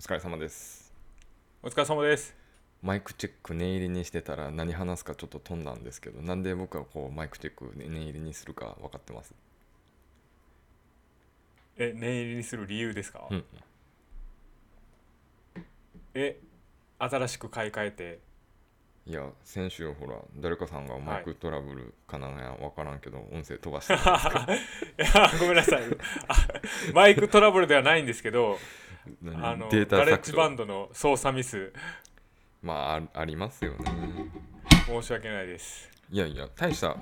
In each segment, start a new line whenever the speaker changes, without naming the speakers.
疲れ様です
お疲れ様です。
マイクチェック念入りにしてたら何話すかちょっと飛んだんですけどなんで僕はこうマイクチェック念入りにするか分かってます
え、念入りにする理由ですか、
うん
え、新しく買い替えて、
いや先週ほら誰かさんがマイクトラブルかなんや分からんけど音声飛ばしてたんですけど
いや、ごめんなさい。 あマイクトラブルではないんですけど、
何
あの、
データ
ガレッ
削
ジ
除
バンドの操作ミス、
まああありますよね
申し訳ないです。
いやいや大した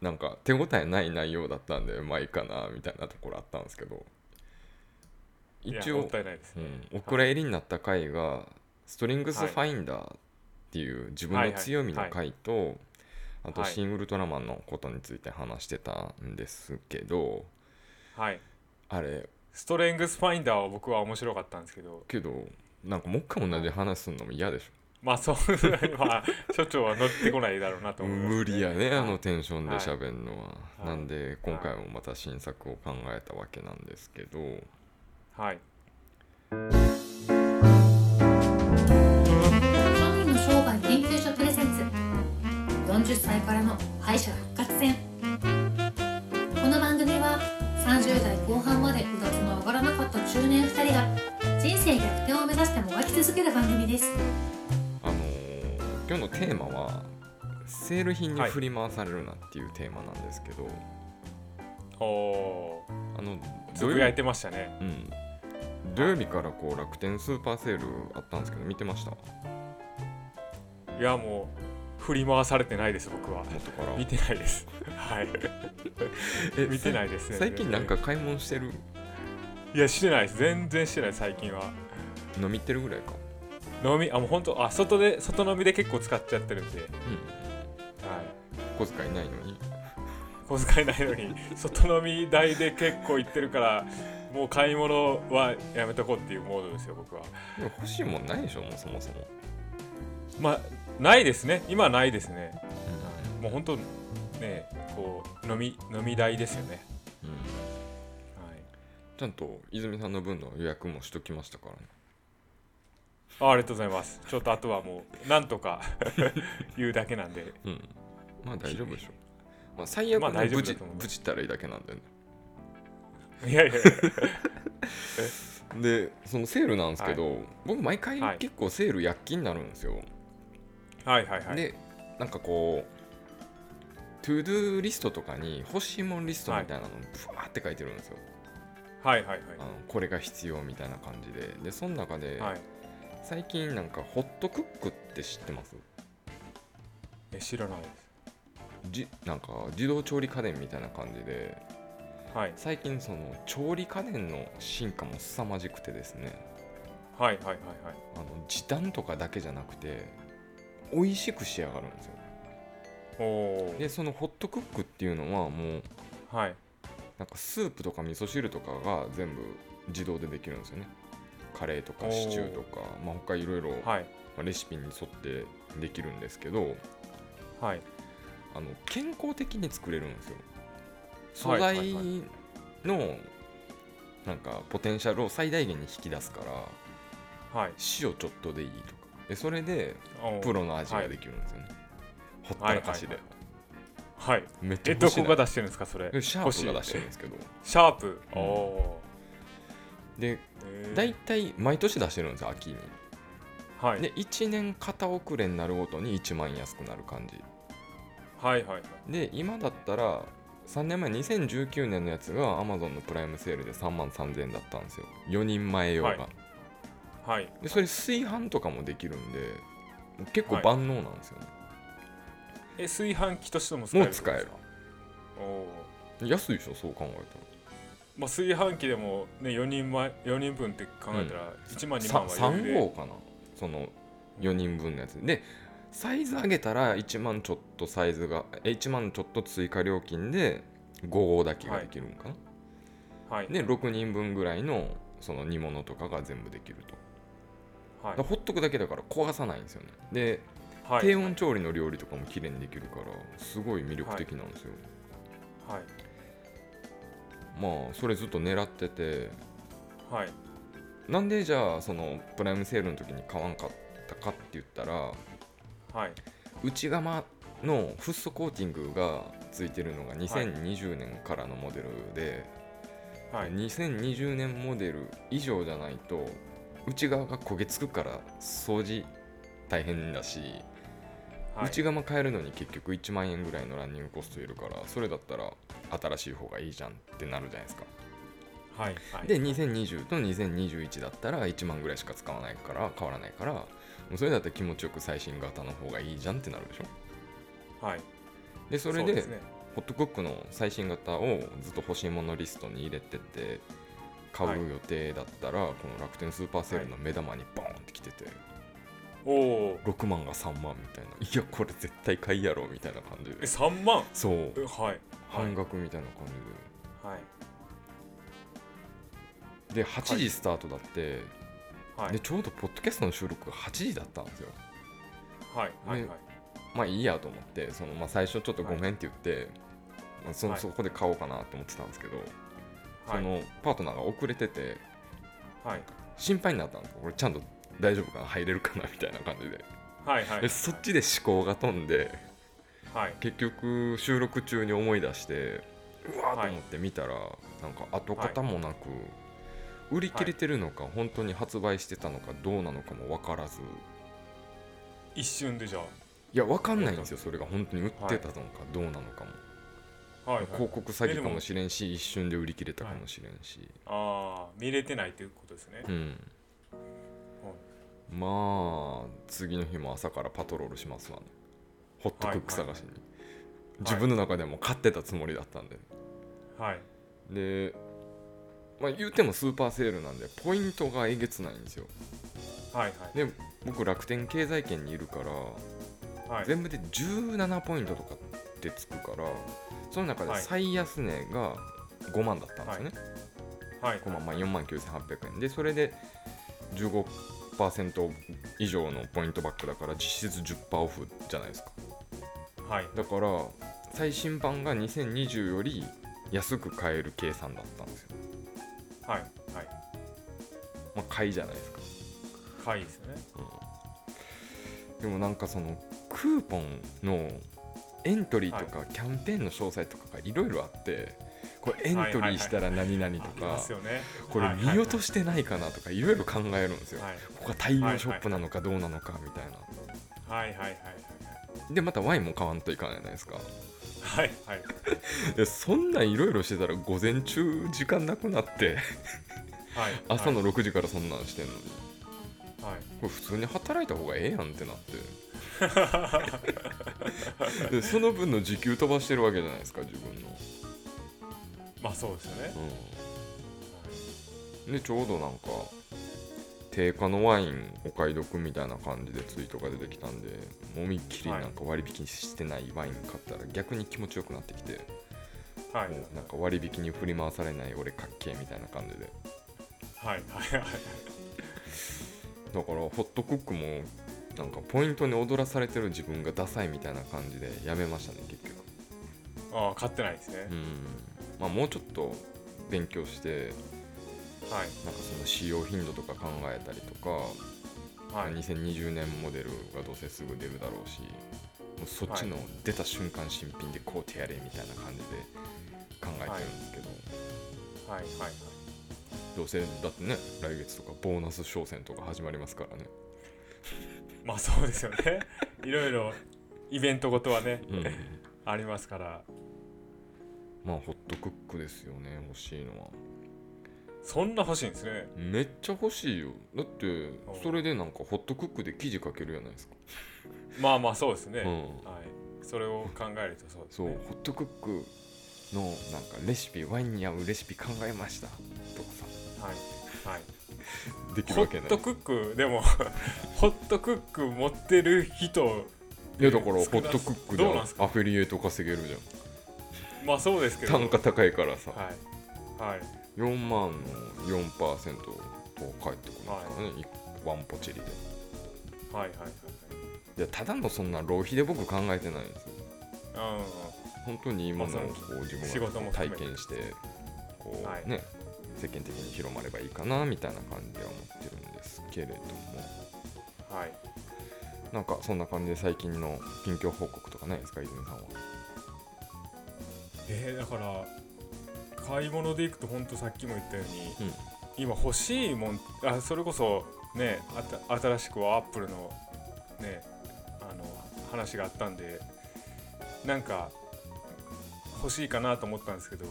なんか手応えない内容だったんでまあいいかなみたいなところあったんですけど
いや
一
も
応
ったいないです
う
ね。
ん、お蔵入りになった回が「ストリングスファインダー」っていう自分の強みの回とあと「
はい
シン・ウルトラマン」のことについて話してたんですけど
はい。
あれ
ストレングスファインダーは僕は面白かったんですけど、
けどなんかもう一回同じ話すんのも嫌でし
まあ、そう、まあ、所長は乗ってこないだろうなと
ょ
思います、
無理やねあの
はい
テンションで喋るのは、
い
なんで今回もまた新作を考えたわけなんですけど、
はい。
神の生涯研究所プレゼンツ40歳からの敗者復活戦この番組は30代後半まで部活の上がらなかった中年2人が人生逆転を目指してもがき続ける番組です
あのー今日のテーマは「セール品に振り回されるな」っていうテーマなんですけど、
おー、
あの
つ
どう
ぶ
いう
やいてましたね。
うん、土曜日からこう楽天スーパーセールあったんですけど見てました
いや、もう、振り回されてないです、僕は。
元から
見てな いです。はい。
え
見てないですね。
最近なんか買い物してる
いやしてないです。全然してない最近は。
飲み行ってるぐらいか、
飲みあもう本当あ外で外飲みで結構使っちゃってるんで。
う
はい。
ん、小遣いないのに
小遣いないのに 外飲み代で結構行ってるから。もう買い物はやめとこうっていうモードですよ、僕は。
でも欲しいもんないでしょもうそもそも、
まあ、ないですね、今はないですね。もう本当、ね、こう飲み、飲み代ですよね。
うん
はい、
ちゃんと泉さんの分の予約もしときましたからね
あありがとうございます。ちょっとあとはもう、なんとか 言うだけなんで、
うんまあ大丈夫でしょまあ最悪
まあ
ね
大丈夫
ぶ
だ
ち
と思う
ぶちったらいいだけなんだよね
いやいやい
でそのセールなんですけど、僕毎回
はい
結構セール躍起になるんですよ、
や、はいはいはい。
でなんかこうトゥードゥーリストとかに欲しいもんリストみたいなのをブワーって書いてるんですよ、
はいはい
あのこれが必要みたいな感じででその中で、
はい。はい、
最近なんかホットクックって知ってます
え知らないです。
じなんか自動調理家電みたいな感じで
はい、
最近その調理家電の進化も凄まじくてですね
はいはいはいはい
あの時短とかだけじゃなくて美味しく仕上がるんですよ
おお
でそのホットクックっていうのはもう
はい
なんかスープとか味噌汁とかが全部自動でできるんですよねカレーとか
おー
シチューとか、まあ、他いろいろ
はい
まあレシピに沿ってできるんですけど
はい
あの健康的に作れるんですよ素
はいはい
材
はい
のなんかポテンシャルを最大限に引き出すから
はい
塩ちょっとでいいとかでそれで
おー
プロの味ができるんですよね、ほったらかしで、
はいはい
めっちゃ
え
欲
ど
しいな
こが出してるんですかそれ
シャープが出してるん
欲
で
し
すけど
いシャープ、
うん
おお
で
ー
大体毎年出してるんですよ秋に
はい、
で1年片遅れになるごとに1万円安くなる感じ
はいはいはい
で今だったら3年前2019年のやつが Amazon のプライムセールで3万3000円だったんですよ4人前用が、
はいはい
でそれ炊飯とかもできるんで結構
はい
万能なんですよね、
え炊飯器としても使える
もう使える
おおー
安いでしょそう考え
まあ炊飯器でもね4人前四人分って考えたら1万2
たら
万
さ
は余裕
3
で
号かなその4人分のやつでサイズ上げたら1万ちょっとサイズがえ1万ちょっと追加料金で5合だけができるんかな、
はい
で6人分ぐらいのその煮物とかが全部できるとだ
は
からほっとくだけだから焦がさないんですよねで、
いはい
低温調理の料理とかも綺麗にできるからすごい魅力的なんですよ、
はい
まあそれずっと狙ってて
はい
なんでじゃあそのプライムセールの時に買わんかったかって言ったら
はい
内釜のフッ素コーティングがついてるのが2020年からのモデルで、
はい
2020年モデル以上じゃないと内側が焦げつくから掃除大変だし、
はい
内釜変えるのに結局1万円ぐらいのランニングコストいるからそれだったら新しい方がいいじゃんってなるじゃないですか
はいはい
で2020と2021だったら1万ぐらいしか使わないから変わらないからもうそれだったら気持ちよく最新型の方がいいじゃんってなるでしょ
はい
でそれ
う
です
ね
ホットクックの最新型をずっと欲しいものリストに入れてて買う予定だったら、この楽天スーパーセールの目玉にボーンってきてて、
おお
6万が3万みたいないやこれ絶対買いやろみたいな感じで
3万
そう
えはい
半額みたいな感じ
はい
でで8時スタートだって、
はいはい
でちょうどポッドキャストの収録が8時だったんですよ
はいはい
で
はい
まあいいやと思ってその、まあ、最初ちょっとごめんって言って、まあそ
はい
そこで買おうかなと思ってたんですけど、
は
そ
い
のパートナーが遅れてて
はい
心配になったんですよこれちゃんと大丈夫かな入れるかなみたいな感じで
はいはい
でそっちで思考が飛んで
はい
結局収録中に思い出してうわー
は
と
い
思って見たら、なんか跡形もなく、売り切れてるのか本当に発売してたのかどうなのかも分からず
一瞬でじゃ
いや分かんないんですよそれが本当に売ってたのかどうなのかも、
あはいはい
広告詐欺かもしれんし一瞬で売り切れたかもしれんし、
ああ見れてないということですね
うんまあ次の日も朝からパトロールしますわねホットクック探しに、自分の中でも買ってたつもりだったんで、
はい
で、まあ、言うてもスーパーセールなんでポイントがえげつないんですよ
はい
で僕楽天経済圏にいるから
はいはい
全部で17ポイントとかってつくからその中で
はい
最安値が5万だったんですよね、
はい
5万まあ4万9800円でそれで15%以上のポイントバックだから実質10%オフじゃないですか
はい
だから最新版が2020より安く買える計算だったんですよ
はいはい
まあ買いじゃないですか、
はいですね
うんでもなんかそのクーポンのエントリーとかキャンペーンの詳細とかがいろいろあってこれエントリーしたら何々と
あり
か
ますよね
これ
はい
見落としてないかなとかいろいろ考えるんですよ
はい
ここは大量ショップなのかどうなのかみたいな
はいはいはい
でまたワインも買わんといかないじゃないですか
はいはい
でそんなんいろいろしてたら午前中時間なくなって
はい
朝の
はい
6時からそんなんしてんのに
はい
これ普通に働いた方がええやんってなって でその分の時給飛ばしてるわけじゃないですか自分の、
まあそうですよね
うん、でちょうどなんか定価のワインお買い得みたいな感じでツイートが出てきたんでもみっきりなんか割引してないワイン買ったら逆に気持ちよくなってきて、
はい
もうなんか割引に振り回されない俺かっけえみたいな感じで
はいはいはい
だからホットクックもなんかポイントに踊らされてる自分がダサいみたいな感じでやめましたね結局
ああ買ってないですね
うんまあもうちょっと勉強して
はい
なんかその使用頻度とか考えたりとか、
はい
2020年モデルがどうせすぐ出るだろうしもうそっちの出た瞬間新品でこう手やれみたいな感じで考えてるんですけど、
はい はいはい
どうせだってね来月とかボーナス商戦とか始まりますからね
まあそうですよ ねいろいろイベントごとはね
うん
ありますから
まあホットクックですよね欲しいのは
そんな欲しいんですね
めっちゃ欲しいよだって
うん
それでなんかホットクックで生地かけるじゃないですか、
まあまあそうですね、
うん、
はいそれを考えるとそうです
そうホ
ね
ットクックのなんかレシピワインに合うレシピ考えましたとかさ
はいはい
できる
ホ
わけな
ッ
い
トクックでも ホットクック持ってる人
いやだからホ
少な
ットクックで
どうなんすか
アフィリエイト稼げるじゃ
まあそうですけど
ん単価高いからさ、
はいはい
4万の4%と返ってこないからね、いワンポチリで
はいはいはい
いやただのそんな浪費で僕考えてないんですよ
はい
本当に今の
まあ
こう自
仕事
分が
も含
体
めて
験してこう、
はい
ね世間的に広まればいいかなみたいな感じでは思ってるんですけれども
はい
なんかそんな感じで最近の近況報告とかないですか泉さんは
えー、だから買い物で行くと本当さっきも言ったように、今欲しいもんあそれこそねあた新しくはアップルのねあの話があったんでなんか欲しいかなと思ったんですけど、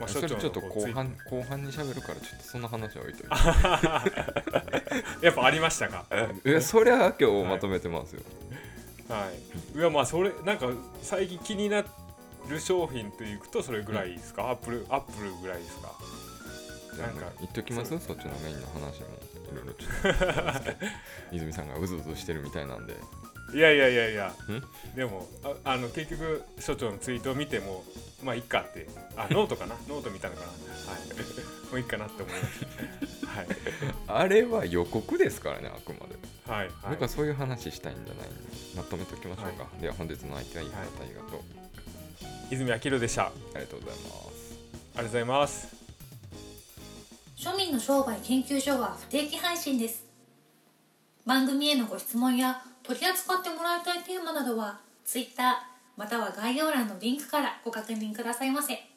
ま
それちょっと
こう
後
ツイ
半後半に喋るからちょっとその話は置いといて
やっぱありましたか
えそりゃ今日まとめてますよ、
はいうわまあそれなんか最近気になる商品といくとそれぐらいですか、アップルアップルぐらいですか
じゃあもう
なんか
言っときます
そ
そっちのメインの話もいろいろちょっと泉さんがうずうずしてるみたいなんで
いやいやいやいやでもああの結局所長のツイートを見てもまあいっかってあノートかなノート見たのかなはい もういっかなって思いましたはい
あれは予告ですからねあくまで
はいは
僕
い
はそういう話したいんじゃないんでまとめておきましょうか、
は
では本日の相手は井原
はい
大河と、
泉明宏でしたあ
ありがとうございます
りがとうございます
庶民の商売研究所は不定期配信です番組へのご質問や取り扱ってもらいたいテーマなどは Twitter または概要欄のリンクからご確認くださいませ。